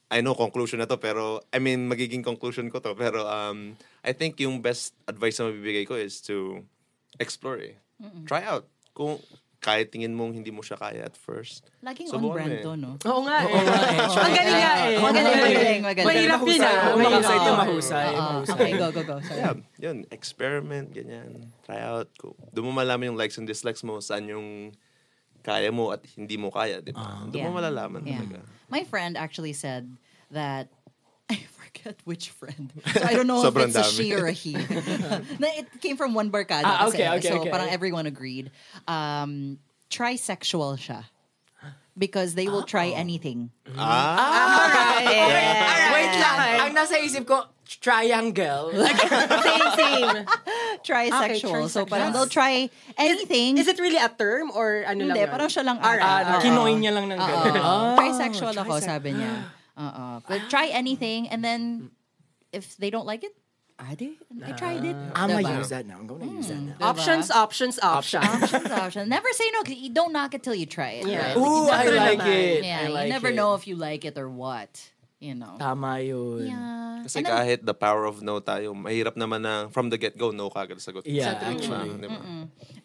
[SPEAKER 4] I know conclusion na to, pero, I mean, magiging conclusion ko to, pero um, I think yung best advice na mabibigay ko is to explore eh. Try out. Kung kahit tingin mong hindi mo siya kaya at first.
[SPEAKER 3] Laging on
[SPEAKER 4] subukan
[SPEAKER 3] brand
[SPEAKER 4] mo eh.
[SPEAKER 3] to, no?
[SPEAKER 1] Oo nga eh. Ang galing nga eh.
[SPEAKER 3] Magaling, magaling, magaling.
[SPEAKER 1] Mahirap yun
[SPEAKER 2] Mahusay.
[SPEAKER 1] ah.
[SPEAKER 2] Kung
[SPEAKER 1] Mahirap.
[SPEAKER 2] mahusay to, mahusay. Mahusay.
[SPEAKER 3] Okay, go, go, go. Sorry.
[SPEAKER 4] Yeah, yun. Experiment, ganyan. Try out. Ko. Doon mo malaman yung likes and dislikes mo, saan yung kaya mo at hindi mo kaya, di ba? Doon mo
[SPEAKER 3] Yeah.
[SPEAKER 4] malalaman
[SPEAKER 3] Yeah.
[SPEAKER 4] talaga.
[SPEAKER 3] My friend actually said that I forget which friend. So I don't know if
[SPEAKER 4] Sobrang
[SPEAKER 3] it's a she
[SPEAKER 4] dami.
[SPEAKER 3] or a he. Na, it came from one barkada.
[SPEAKER 2] Ah,
[SPEAKER 3] kasi,
[SPEAKER 2] okay, okay,
[SPEAKER 3] so
[SPEAKER 2] okay.
[SPEAKER 3] parang everyone agreed. Um, trisexual siya. Because they will try anything.
[SPEAKER 4] Ah!
[SPEAKER 3] Alright.
[SPEAKER 2] Wait lang. ah. Ang nasa isip ko, triangle.
[SPEAKER 1] Same, same.
[SPEAKER 3] Trisexual. so
[SPEAKER 1] trisexual.
[SPEAKER 3] parang they'll try anything.
[SPEAKER 1] Is it really a term or ano lang
[SPEAKER 3] Hindi,
[SPEAKER 1] yun? Ah.
[SPEAKER 3] parang siya lang.
[SPEAKER 1] Alright.
[SPEAKER 2] Ah,
[SPEAKER 3] ata.
[SPEAKER 2] kinoy niya lang ng ganun.
[SPEAKER 3] Oo. Trisexual ako, sabi niya. Oo. But try anything and then if they don't like it, ah, di, I tried it.
[SPEAKER 2] I'ma
[SPEAKER 3] Diba?
[SPEAKER 2] use that now. Ah, I'm gonna use that now.
[SPEAKER 1] Ah. Options, options, options.
[SPEAKER 3] Options, options. Never say no. 'cause You don't knock it till you try it.
[SPEAKER 1] Yeah.
[SPEAKER 3] right?
[SPEAKER 2] Ooh, I
[SPEAKER 1] Sakto
[SPEAKER 2] like
[SPEAKER 1] naman.
[SPEAKER 2] it. I
[SPEAKER 3] Yeah,
[SPEAKER 2] like
[SPEAKER 3] you never
[SPEAKER 2] it. Ah.
[SPEAKER 3] know if you like it or what. You know.
[SPEAKER 2] Tama yun.
[SPEAKER 3] Yeah.
[SPEAKER 4] Kasi
[SPEAKER 3] And then-
[SPEAKER 4] kahit the power of no tayo, mahirap naman na from the get-go, no kagad sagot.
[SPEAKER 2] Yeah,
[SPEAKER 4] Sa tingin
[SPEAKER 2] actually.
[SPEAKER 4] mo, di ba?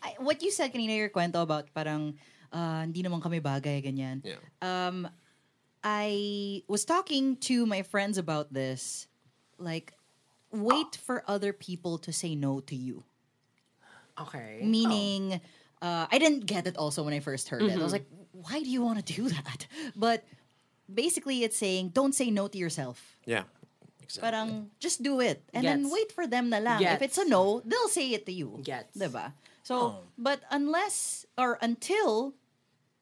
[SPEAKER 3] I- what you said kanina your kwento about parang ah, hindi naman kami bagay ganyan.
[SPEAKER 4] Yeah.
[SPEAKER 3] Um I was talking to my friends about this like wait for other people to say no to you.
[SPEAKER 1] Okay.
[SPEAKER 3] Meaning uh, I didn't get it also when I first heard
[SPEAKER 1] Mm-hmm.
[SPEAKER 3] it. I was like why do you want to do that? But basically it's saying don't say no to yourself.
[SPEAKER 4] Yeah. Exactly.
[SPEAKER 3] Parang just do it and then
[SPEAKER 1] Gets.
[SPEAKER 3] wait for them na lang. If
[SPEAKER 1] Gets.
[SPEAKER 3] it's a no, they'll say it to you.
[SPEAKER 1] Gets. Oh.
[SPEAKER 3] Diba? So, but unless or until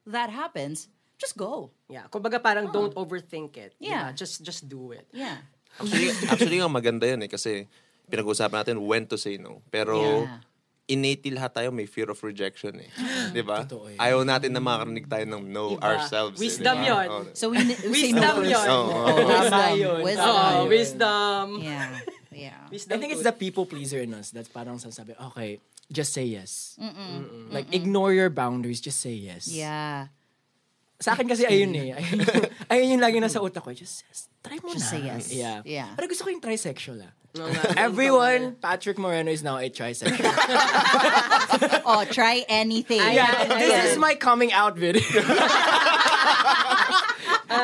[SPEAKER 3] that happens, just go.
[SPEAKER 1] Yeah. Kumbaga parang don't overthink it.
[SPEAKER 3] Hmm. Yeah.
[SPEAKER 1] Diba? Just just do it.
[SPEAKER 3] Yeah.
[SPEAKER 4] actually, actually nga maganda yun eh kasi pinag-uusapan natin when to say no. Pero
[SPEAKER 3] Yeah.
[SPEAKER 4] innately lahat tayo may fear of rejection eh. Di ba? Ayaw natin na makarinig tayo ng no ourselves. eh,
[SPEAKER 1] Wisdom
[SPEAKER 4] di ba?
[SPEAKER 1] yun.
[SPEAKER 4] Oo.
[SPEAKER 3] So we, we say
[SPEAKER 1] Wisdom
[SPEAKER 3] no first.
[SPEAKER 1] yun.
[SPEAKER 4] Oo.
[SPEAKER 3] Oh,
[SPEAKER 2] Tama
[SPEAKER 3] wisdom.
[SPEAKER 2] yun.
[SPEAKER 3] Wisdom.
[SPEAKER 1] Oo,
[SPEAKER 2] Ayun.
[SPEAKER 1] Oh, wisdom.
[SPEAKER 3] Yeah. Yeah.
[SPEAKER 1] Wisdom
[SPEAKER 2] I think it's
[SPEAKER 1] to-
[SPEAKER 2] the people pleaser in us that's parang sasabi, okay, just say yes. Like, ignore your boundaries, just say yes.
[SPEAKER 3] Yeah.
[SPEAKER 2] Sa akin kasi, ayun eh. Ayun, ayun yung lagi nasa utak ko. Just, yes. try mo na.
[SPEAKER 3] Just say yes.
[SPEAKER 2] Yeah.
[SPEAKER 3] Yeah.
[SPEAKER 2] Pero gusto ko yung trisexual ah. Everyone, Patrick Moreno is now a trisexual.
[SPEAKER 3] Oh, try anything.
[SPEAKER 2] yeah, this is my coming out video.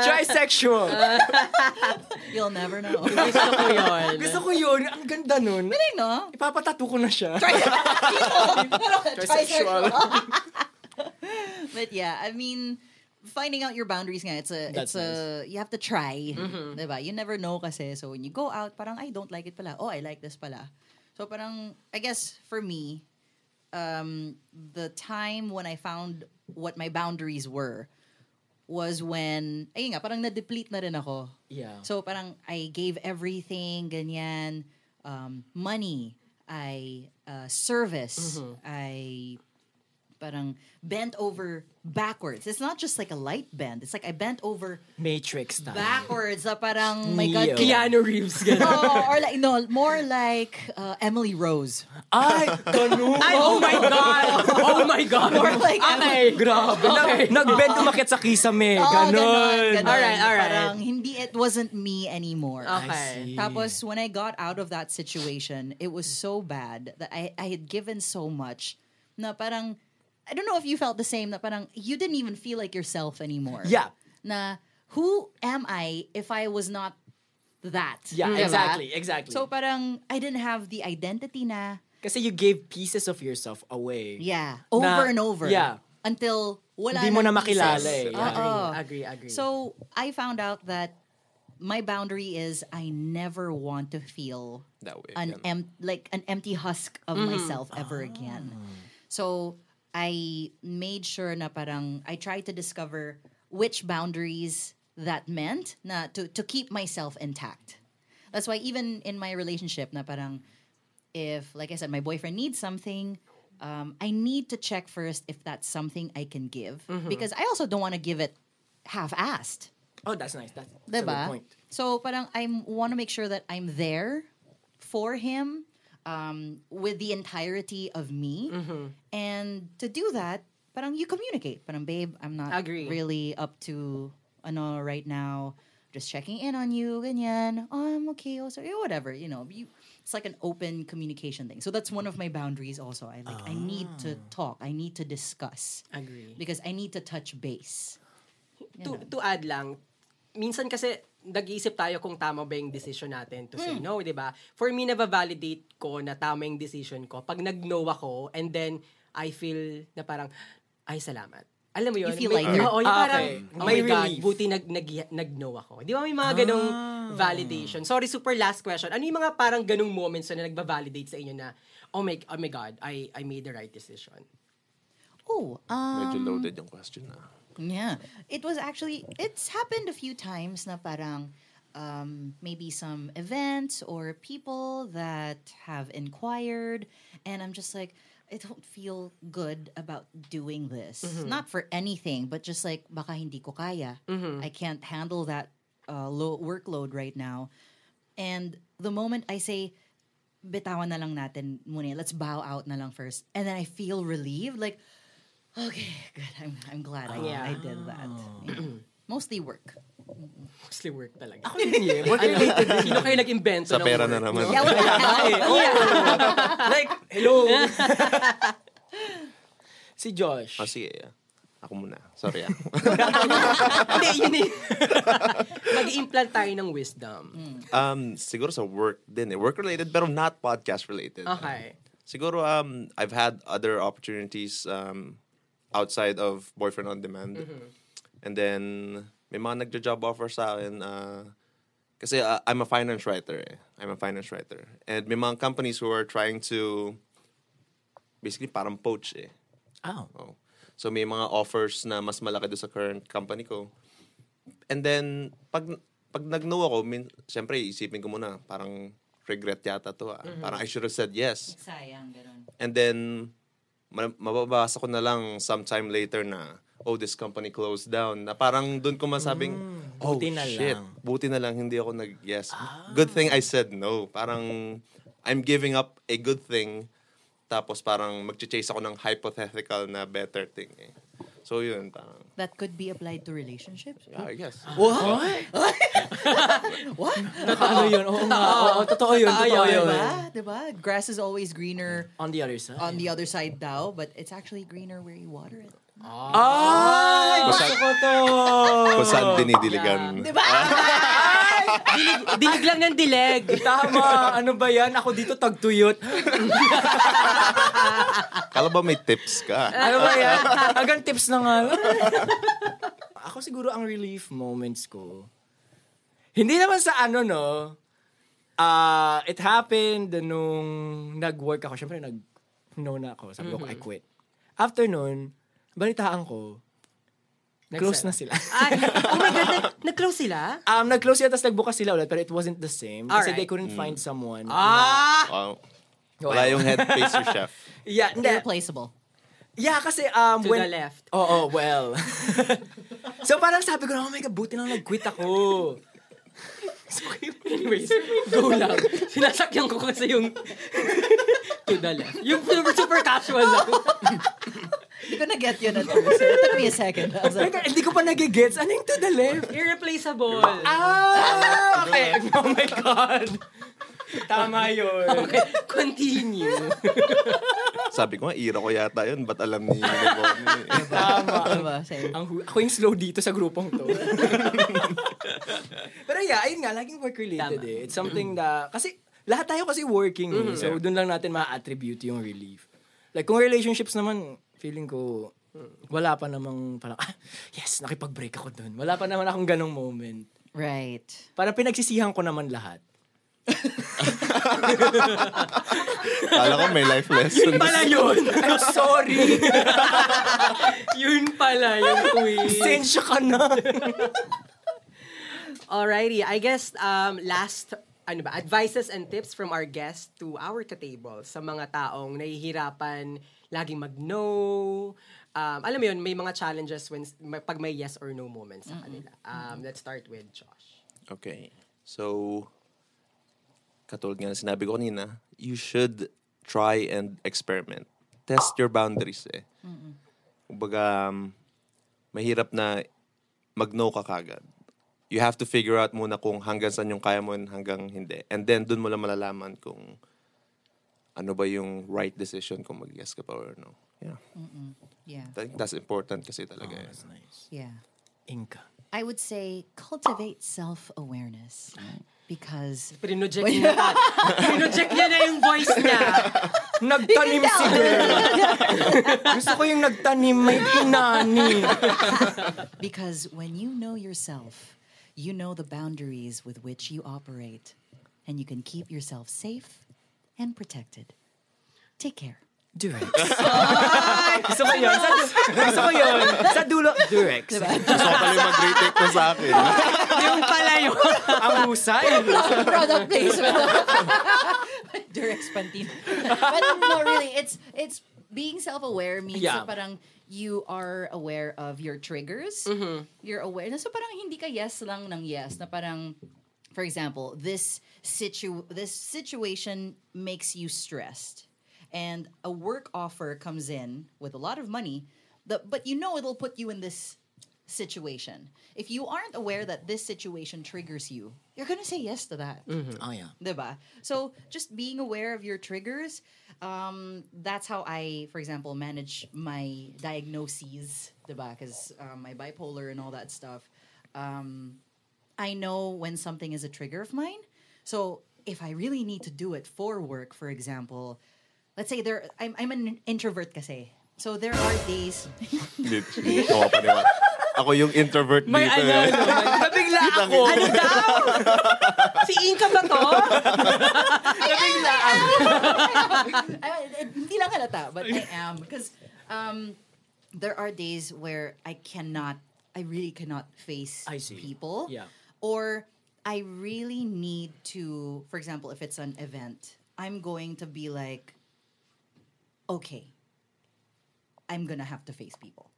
[SPEAKER 2] trisexual.
[SPEAKER 3] You'll never know.
[SPEAKER 1] gusto ko yun.
[SPEAKER 2] gusto ko yun. Ang ganda nun.
[SPEAKER 3] no?
[SPEAKER 2] Ipapatato ko na siya.
[SPEAKER 3] Trisexual.
[SPEAKER 2] Trisexual.
[SPEAKER 3] But yeah, I mean, finding out your boundaries nga, it's a,
[SPEAKER 2] That's
[SPEAKER 3] it's a, you have to try. Diba? You never know kasi. So when you go out, parang, I don't like it pala. Oh, I like this pala. So parang, I guess for me, um, the time when I found what my boundaries were was when, ayun nga, parang na-deplete na rin ako.
[SPEAKER 2] Yeah.
[SPEAKER 3] So parang I gave everything, ganyan. Um, money. I uh, service, I parang bent over backwards. It's not just like a light bend. It's like I bent over
[SPEAKER 2] Matrix style.
[SPEAKER 3] backwards na parang, my God.
[SPEAKER 2] Neo.
[SPEAKER 3] kaya-
[SPEAKER 1] Keanu Reeves. ganun.
[SPEAKER 3] Oh, or like, no, more like uh, Emily Rose.
[SPEAKER 2] Ay, ganun.
[SPEAKER 1] Ay, oh my God! Oh my God!
[SPEAKER 3] More like
[SPEAKER 2] ah,
[SPEAKER 1] okay, grabe. Okay.
[SPEAKER 2] Nag-bend umakit sa kisame.
[SPEAKER 3] Oo,
[SPEAKER 2] Ganun.
[SPEAKER 3] ganun.
[SPEAKER 1] Alright, alright.
[SPEAKER 3] Oh, Parang hindi, it wasn't me anymore.
[SPEAKER 1] Okay.
[SPEAKER 2] see.
[SPEAKER 3] Tapos, when I got out of that situation, it was so bad that I, I had given so much na parang, I don't know if you felt the same, na parang you didn't even feel like yourself anymore.
[SPEAKER 2] Yeah.
[SPEAKER 3] Na, who am I if I was not that?
[SPEAKER 2] Yeah,
[SPEAKER 3] Hmm. Diba?
[SPEAKER 2] exactly, exactly.
[SPEAKER 3] So parang, I didn't have the identity na,
[SPEAKER 2] Kasi you gave pieces of yourself away.
[SPEAKER 3] yeah, over
[SPEAKER 2] Na-
[SPEAKER 3] and over.
[SPEAKER 2] yeah.
[SPEAKER 3] Until wala
[SPEAKER 2] Hindi mo
[SPEAKER 3] nang
[SPEAKER 2] na makilala
[SPEAKER 3] pieces.
[SPEAKER 2] eh. Yeah.
[SPEAKER 3] Oo.
[SPEAKER 1] Agree, agree.
[SPEAKER 3] Oh. So I found out that my boundary is I never want to feel
[SPEAKER 4] That way
[SPEAKER 3] an
[SPEAKER 4] again.
[SPEAKER 3] em- like an empty husk of myself ever again. So I made sure na parang I tried to discover which boundaries that meant na to to keep myself intact. That's why even in my relationship na parang if like I said my boyfriend needs something um, I need to check first if that's something I can give because I also don't want to give it half-assed.
[SPEAKER 2] Oh, that's nice. That's, that's a good
[SPEAKER 3] Diba?
[SPEAKER 2] point.
[SPEAKER 3] So parang I want to make sure that I'm there for him um, with the entirety of me.
[SPEAKER 2] Mm-hmm.
[SPEAKER 3] And to do that, parang you communicate. Parang babe, I'm not
[SPEAKER 1] Agree.
[SPEAKER 3] really up to ano right now. Just checking in on you, ganyan. Oh, I'm okay. Also, eh, whatever. You know, you, it's like an open communication thing. So that's one of my boundaries. Also, I like. I need
[SPEAKER 2] Ah.
[SPEAKER 3] to talk. I need to discuss
[SPEAKER 1] agree.
[SPEAKER 3] because I need to touch base.
[SPEAKER 1] to, to add lang, minsan kasi nag-iisip tayo kung tama ba yung decision natin to
[SPEAKER 2] Hmm.
[SPEAKER 1] say no, di ba? For me, nababalidate ko na tama yung decision ko pag nag-no ako and then I feel na parang, ay, salamat. Alam mo yun?
[SPEAKER 3] You feel
[SPEAKER 1] may,
[SPEAKER 3] lighter.
[SPEAKER 1] Oo, yung
[SPEAKER 2] Ah,
[SPEAKER 1] parang,
[SPEAKER 2] okay.
[SPEAKER 1] oh my
[SPEAKER 2] May
[SPEAKER 1] God,
[SPEAKER 2] relief. Ah.
[SPEAKER 1] buti nag, nag, nag-no ako. Di ba may mga ganong validation? Sorry, super last question. Ano yung mga parang ganong moments na nagba-validate sa inyo na, oh my, oh my God, I, I made the right decision?
[SPEAKER 3] Oh, um,
[SPEAKER 4] Medyo loaded yung question na.
[SPEAKER 3] Yeah. It was actually it's happened a few times na parang um, maybe some events or people that have inquired and I'm just like I don't feel good about doing this. Not for anything, but just like baka hindi ko kaya. I can't handle that uh, low workload right now. And the moment I say bitawan na lang natin muna, let's bow out na lang first. And then I feel relieved like Okay, good. I'm, I'm glad I,
[SPEAKER 1] Yeah.
[SPEAKER 3] I did that. Yeah. Mostly work.
[SPEAKER 1] Mostly work talaga. Ano?
[SPEAKER 2] Yeah, work related.
[SPEAKER 1] Sino kayo nag-invento
[SPEAKER 4] Sa
[SPEAKER 1] ng
[SPEAKER 4] pera
[SPEAKER 1] work?
[SPEAKER 4] na naman.
[SPEAKER 3] Yeah, wala na.
[SPEAKER 2] like, hello. si Josh.
[SPEAKER 4] Ah, sige. ah. Ako muna. Sorry ah.
[SPEAKER 1] Hindi, yun eh. Mag-implant tayo ng wisdom.
[SPEAKER 4] um, siguro sa work din eh. Work related pero not podcast related.
[SPEAKER 1] Okay.
[SPEAKER 4] Siguro um I've had other opportunities um outside of Boyfriend on Demand. And then may mga nagja-job offer sa akin uh, kasi uh, I'm a finance writer. Eh. I'm a finance writer. And may mga companies who are trying to basically parang poach eh.
[SPEAKER 2] Oh.
[SPEAKER 4] Oh. So may mga offers na mas malaki do sa current company ko. And then pag pag nag-no ako, min, syempre isipin ko muna parang regret yata to. Ah. Parang I should have said yes.
[SPEAKER 3] Sayang, ganun.
[SPEAKER 4] And then, ma- mababasa ko na lang sometime later na, oh, this company closed down. Na parang doon ko masabing,
[SPEAKER 2] Hmm,
[SPEAKER 4] oh,
[SPEAKER 2] buti na
[SPEAKER 4] shit.
[SPEAKER 2] lang." Ah.
[SPEAKER 4] Buti na lang hindi ako nag-yes. Good thing I said no. Parang, I'm giving up a good thing. Tapos parang mag-chase ako ng hypothetical na better thing. Eh. So yun, parang,
[SPEAKER 3] That could be applied to relationships.
[SPEAKER 4] yeah, I guess.
[SPEAKER 2] What? What? Totoo yun. Oo nga. Oo, totoo yun. Totoo yun.
[SPEAKER 3] Diba? Diba? Grass is always greener
[SPEAKER 2] On the other side.
[SPEAKER 3] on the other side daw, but it's actually greener where you water it.
[SPEAKER 2] Ay! Gusto
[SPEAKER 4] Basta-
[SPEAKER 2] ko to!
[SPEAKER 4] Kung saan dinidiligan.
[SPEAKER 3] Ah,
[SPEAKER 1] Dilig, dilig lang ng dilig.
[SPEAKER 2] Tama! Ano ba yan? Ako dito tagtuyot.
[SPEAKER 4] Kala ba may tips ka?
[SPEAKER 2] Ano ba yan? Hanggang tips na nga. lang. Ako siguro ang relief moments ko. Hindi naman sa ano, no? Ah, it happened nung nag-work ako. Siyempre, nag-no na ako. Sabi ko, I quit. After nun, balitaan ko, close na sila.
[SPEAKER 1] Ay, oh my God, nag- nag-close sila?
[SPEAKER 2] um, nag-close sila, tapos nagbukas sila ulit, pero it wasn't the same. Kasi
[SPEAKER 1] Alright.
[SPEAKER 2] Ah, they couldn't find someone.
[SPEAKER 1] Ah!
[SPEAKER 4] Wow. Wala yung head pastry chef.
[SPEAKER 2] Yeah, hindi.
[SPEAKER 3] Irreplaceable.
[SPEAKER 2] Yeah, kasi um,
[SPEAKER 1] To
[SPEAKER 2] when...
[SPEAKER 1] the left.
[SPEAKER 2] Oo, oh, well. so parang sabi ko na, oh my God, buti lang nag-quit ako.
[SPEAKER 1] Anyways, go lang. Sinasakyan ko kasi yung to the left. Yung super, super casual lang.
[SPEAKER 3] Hindi ko na-get yun at first. It took me a second. I was like,
[SPEAKER 2] Teka, Hindi ko pa nagigets. Ano yung to the left?
[SPEAKER 1] Irreplaceable.
[SPEAKER 2] Ah! Okay. Oh my God. Tama yun.
[SPEAKER 1] Okay, continue.
[SPEAKER 4] Sabi ko nga, ira ko yata yun. Ba't alam ni Bonnie?
[SPEAKER 3] diba? Same.
[SPEAKER 2] Ang hu- ako yung slow dito sa grupong to. Pero yeah, ayun nga, laging work-related
[SPEAKER 1] Tama.
[SPEAKER 2] eh. It's something na, kasi lahat tayo kasi working eh. So
[SPEAKER 4] Yeah.
[SPEAKER 2] doon lang natin ma-attribute yung relief. Like kung relationships naman, feeling ko, wala pa namang parang, ah, yes, nakipag-break ako doon. Wala pa naman akong ganong moment.
[SPEAKER 3] Right.
[SPEAKER 2] Parang pinagsisihan ko naman lahat.
[SPEAKER 4] Kala ko may life lesson.
[SPEAKER 2] Pala yun! I'm sorry!
[SPEAKER 1] yun pala yung quiz.
[SPEAKER 2] Sensya ka na!
[SPEAKER 1] Alrighty, I guess um, last ano ba, advices and tips from our guest to our ka-table sa mga taong nahihirapan laging mag-no. Um, alam mo yun, may mga challenges when, pag may yes or no moments sa kanila. Um, let's start with Josh.
[SPEAKER 4] Okay. So, katulad nga na sinabi ko kanina, you should try and experiment. Test your boundaries eh. Kumbaga, um, mahirap na mag-no ka kagad. You have to figure out muna kung hanggang saan yung kaya mo and hanggang hindi. And then, dun mo lang malalaman kung ano ba yung right decision kung mag-yes ka pa or no. Yeah.
[SPEAKER 3] Yeah.
[SPEAKER 4] I think that's important kasi talaga. eh.
[SPEAKER 3] Yeah.
[SPEAKER 2] Inka.
[SPEAKER 3] I would say cultivate self-awareness. Because
[SPEAKER 1] Pinoject niya na. Pinoject niya na yung voice niya.
[SPEAKER 2] Nagtanim si girl. Gusto ko yung nagtanim, may pinani.
[SPEAKER 3] Because when you know yourself, you know the boundaries with which you operate, and you can keep yourself safe and protected. Take care.
[SPEAKER 2] Durex. Gusto ko yun. Sa, gusto ko yun. Sa dulo, Durex.
[SPEAKER 4] Gusto ko pala yung mag-retake ko sa akin.
[SPEAKER 1] yung pala yun.
[SPEAKER 2] Ang husay.
[SPEAKER 3] Product placement. Direct Pantene. But no, really, it's it's being self-aware means
[SPEAKER 2] Yeah.
[SPEAKER 3] na parang you are aware of your triggers. You're aware. Na, so parang hindi ka yes lang ng yes. Na parang, for example, this situ this situation makes you stressed. And a work offer comes in with a lot of money, the, but you know it'll put you in this situation. If you aren't aware that this situation triggers you, you're going to say yes to that.
[SPEAKER 2] Oh, yeah.
[SPEAKER 3] Diba? So just being aware of your triggers, um, that's how I, for example, manage my diagnoses, diba? Because um, my bipolar and all that stuff. Um, I know when something is a trigger of mine. So if I really need to do it for work, for example, let's say there, I'm, I'm an introvert kasi. So there are days.
[SPEAKER 4] Hindi, hindi ko mapaniwala. Ako yung introvert dito.
[SPEAKER 2] May ano,
[SPEAKER 4] eh.
[SPEAKER 2] nabigla ako.
[SPEAKER 1] Ano daw? Si Inka ba to?
[SPEAKER 2] Nabigla ako.
[SPEAKER 3] I- I- eh, hindi lang halata, but I am. Because um, there are days where I cannot, I really cannot face
[SPEAKER 2] I see.
[SPEAKER 3] people.
[SPEAKER 2] Yeah.
[SPEAKER 3] Or I really need to, for example, if it's an event, I'm going to be like, okay, I'm going to have to face people.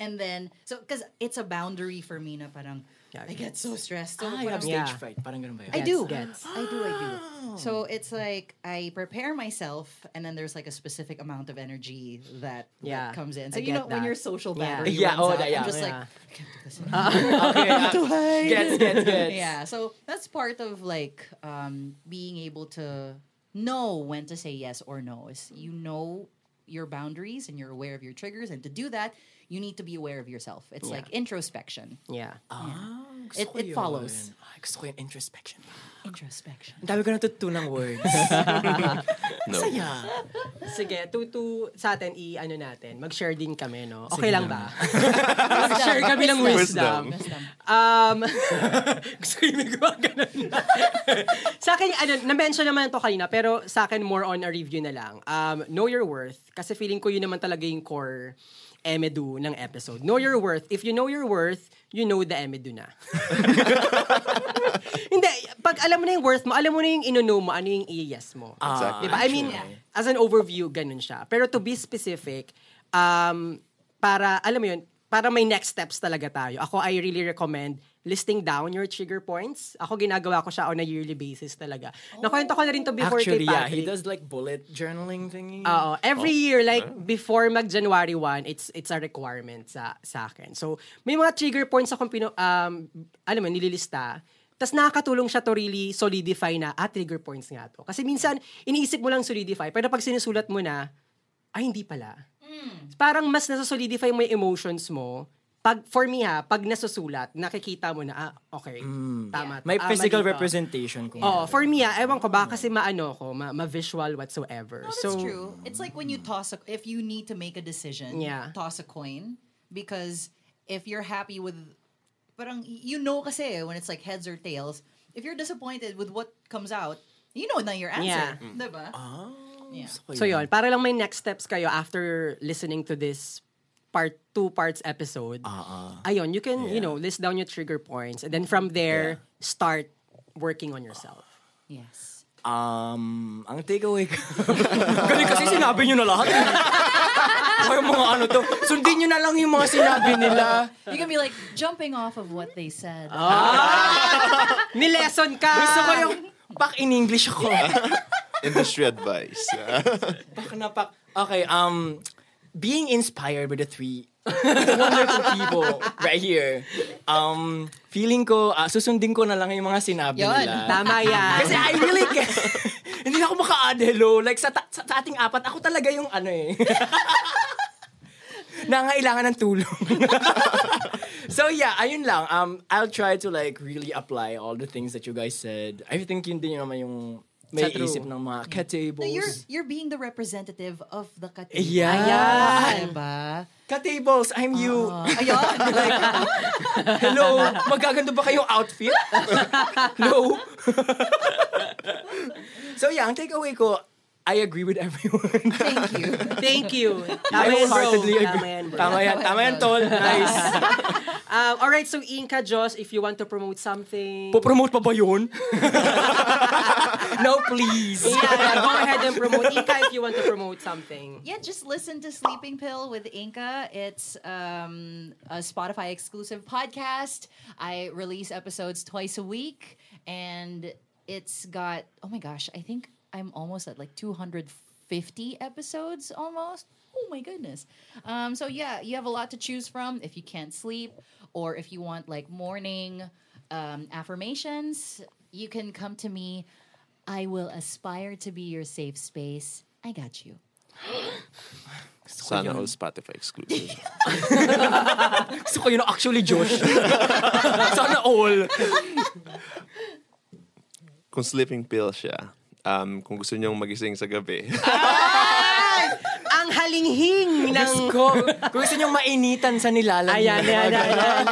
[SPEAKER 3] And then, so, because it's a boundary for me na parang, I get so stressed. So,
[SPEAKER 2] Ah, you
[SPEAKER 3] parang-
[SPEAKER 2] have stage
[SPEAKER 1] Yeah.
[SPEAKER 2] fright. Parang ganun ba yun?
[SPEAKER 3] I do.
[SPEAKER 1] gets.
[SPEAKER 3] I do. I do. So it's like I prepare myself, and then there's like a specific amount of energy that,
[SPEAKER 1] Yeah,
[SPEAKER 3] that comes in.
[SPEAKER 1] I
[SPEAKER 3] so Uh, you
[SPEAKER 1] get
[SPEAKER 3] know when
[SPEAKER 1] that.
[SPEAKER 3] your social
[SPEAKER 1] Yeah.
[SPEAKER 3] battery
[SPEAKER 2] Yeah,
[SPEAKER 3] runs
[SPEAKER 2] oh,
[SPEAKER 3] out,
[SPEAKER 2] that- yeah,
[SPEAKER 3] I'm just
[SPEAKER 1] yeah.
[SPEAKER 3] like, I can't do this.
[SPEAKER 2] Okay. ah, Gets, gets, gets.
[SPEAKER 3] yeah. So that's part of like um, being able to know when to say yes or no. Is you know your boundaries and you're aware of your triggers, and to do that, you need to be aware of yourself. It's like introspection.
[SPEAKER 1] Yeah.
[SPEAKER 2] Ah, gusto
[SPEAKER 3] It-
[SPEAKER 2] ko
[SPEAKER 3] it
[SPEAKER 2] yun.
[SPEAKER 3] follows.
[SPEAKER 2] Ay, gusto ko yung introspection.
[SPEAKER 3] Introspection.
[SPEAKER 2] Ang dami ko natutunang words.
[SPEAKER 4] eh. No.
[SPEAKER 2] Saya.
[SPEAKER 1] Sige, tutu sa atin i ano natin. Mag-share din kami, no? Okay lang ba? Mag-share kami ng wisdom.
[SPEAKER 4] Wisdom.
[SPEAKER 3] Wisdom.
[SPEAKER 1] Um, gusto ko yung may gawa ganun na. sa akin, ano, na-mention naman to kanina, pero sa akin more on a review na lang. Um, know your worth, kasi feeling ko yun naman talaga yung core emedu ng episode. Know your worth. If you know your worth, you know the emedu na. Hindi, pag alam mo na yung worth mo, alam mo na yung inono mo, ano yung i-yes mo.
[SPEAKER 2] Ah,
[SPEAKER 4] Exactly.
[SPEAKER 1] Diba? I mean, as an overview, ganun siya. Pero to be specific, um, para, alam mo yun, para may next steps talaga tayo. Ako, I really recommend listing down your trigger points. Ako, ginagawa ko siya on a yearly basis talaga. Nakwento ko na rin to before
[SPEAKER 2] Actually,
[SPEAKER 1] kay
[SPEAKER 2] yeah,
[SPEAKER 1] Patrick. Ah.
[SPEAKER 2] he does like bullet journaling thingy.
[SPEAKER 1] Oo. Every year, like, before mag-January 1, it's it's a requirement sa, sa akin. So, may mga trigger points akong, pino, um, alam mo, nililista. Tapos nakakatulong siya to really solidify na, ah, trigger points nga to. Kasi minsan, iniisip mo lang solidify, pero pag sinusulat mo na, ay, hindi pala.
[SPEAKER 3] Hmm.
[SPEAKER 1] Parang mas nasa-solidify mo yung emotions mo. Pag, for me ha, pag nasusulat, nakikita mo na, ah, okay, tama.
[SPEAKER 2] Hmm. May
[SPEAKER 1] tama
[SPEAKER 2] physical
[SPEAKER 1] dito.
[SPEAKER 2] representation kung
[SPEAKER 1] Oo, for me ah, ewan ko ba, kasi maano ko, ma- ma-visual whatsoever.
[SPEAKER 3] No, Oh, that's
[SPEAKER 1] so,
[SPEAKER 3] true. It's like when you toss a if you need to make a decision,
[SPEAKER 1] Yeah.
[SPEAKER 3] toss a coin because if you're happy with parang you know kasi when it's like heads or tails, if you're disappointed with what comes out, you know na your answer,
[SPEAKER 1] Yeah.
[SPEAKER 3] diba? Yeah.
[SPEAKER 1] So yun, para lang may next steps kayo after listening to this part two parts episode.
[SPEAKER 2] Ah,
[SPEAKER 1] Ayun, you can, you know, list down your trigger points and then from there start working on yourself.
[SPEAKER 3] Yes.
[SPEAKER 2] Um, ang takeaway ko. Galing kasi sinabi nyo na lahat. eh. Ay, mga ano to. Sundin nyo na lang yung mga sinabi nila.
[SPEAKER 3] You can be like jumping off of what they said.
[SPEAKER 1] Oh. Nileson ka.
[SPEAKER 2] Gusto ko yung pak in English ako.
[SPEAKER 4] Industry advice.
[SPEAKER 2] pak na pak. Okay, um, being inspired by the three wonderful people right here. Um, feeling ko, ah, susundin ko na lang yung mga sinabi
[SPEAKER 3] Yun,
[SPEAKER 2] nila.
[SPEAKER 1] Tama yan.
[SPEAKER 2] Kasi I really get... Hindi na ako maka-adelo. Like, sa, ta- sa, sa ating apat, ako talaga yung ano eh. Nangailangan ng tulong. so yeah, ayun lang. Um, I'll try to like really apply all the things that you guys said. I think yun din naman yung may
[SPEAKER 1] Sa true.
[SPEAKER 2] isip ng mga ka-tables.
[SPEAKER 3] No, you're you're being the representative of the katiba.
[SPEAKER 2] Yeah.
[SPEAKER 3] Ayan. Diba?
[SPEAKER 2] Ka-tables, I'm you.
[SPEAKER 3] Ayun.
[SPEAKER 2] Hello, magaganda ba kayong outfit? Hello? so yeah, ang takeaway ko, I agree with everyone.
[SPEAKER 3] Thank you.
[SPEAKER 1] Thank you.
[SPEAKER 2] I
[SPEAKER 1] Tama yan, bro.
[SPEAKER 2] wholeheartedly
[SPEAKER 1] Tama
[SPEAKER 2] agree.
[SPEAKER 1] yan, bro.
[SPEAKER 2] Tama yan, tama yan, tol. Nice.
[SPEAKER 1] Um, all right, so Inka Joss, if you want to promote something,
[SPEAKER 2] Popromote pa ba yun? no, please.
[SPEAKER 1] yeah, go ahead and promote. Inka, if you want to promote something.
[SPEAKER 3] Yeah, just listen to Sleeping Pill with Inca. It's um, a Spotify exclusive podcast. I release episodes twice a week, and it's got oh my gosh, I think I'm almost at like 250 episodes almost. Oh my goodness. Um, so yeah, you have a lot to choose from if you can't sleep or if you want like morning um, affirmations. You can come to me. I will aspire to be your safe space. I got you.
[SPEAKER 4] Sana all Spotify exclusive.
[SPEAKER 2] Gusto ko yun, actually, Josh. Sana all.
[SPEAKER 4] kung sleeping pill siya, um, kung gusto niyong magising sa gabi,
[SPEAKER 1] Ang halinghing ng...
[SPEAKER 2] Gusto ko. Kung gusto niyong mainitan sa nilalang.
[SPEAKER 1] Ayan, ayan, ayan.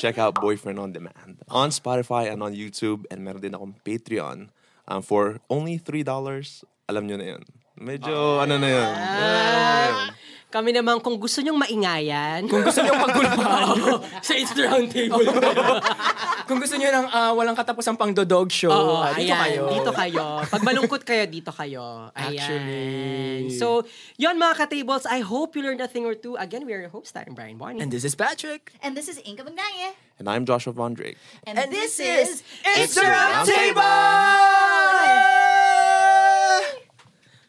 [SPEAKER 4] check out Boyfriend on Demand on Spotify and on YouTube. And meron din akong Patreon um, for only $3. Alam niyo na yun.
[SPEAKER 2] Ah.
[SPEAKER 4] Medyo ano na yun.
[SPEAKER 1] Kami naman, kung gusto nyong maingayan,
[SPEAKER 2] Kung gusto niyong paggulbaan.
[SPEAKER 1] sa It's the Round Table.
[SPEAKER 2] Kung gusto niyo ng ah, walang katapusang pang dodog show,
[SPEAKER 1] Oo,
[SPEAKER 2] ah, dito
[SPEAKER 1] ayan,
[SPEAKER 2] kayo.
[SPEAKER 1] Dito kayo. Pag malungkot kayo, dito kayo. Ayan.
[SPEAKER 2] Actually.
[SPEAKER 1] So, yon mga ka-tables, I hope you learned a thing or two. Again, we are your host, I'm Brian Bonnie.
[SPEAKER 2] And this is Patrick.
[SPEAKER 3] And this is Inga Magnaya.
[SPEAKER 4] And I'm Joshua Von Drake.
[SPEAKER 3] And,
[SPEAKER 2] And
[SPEAKER 3] this,
[SPEAKER 2] this
[SPEAKER 3] is
[SPEAKER 2] It's the Round
[SPEAKER 4] Round
[SPEAKER 2] Table!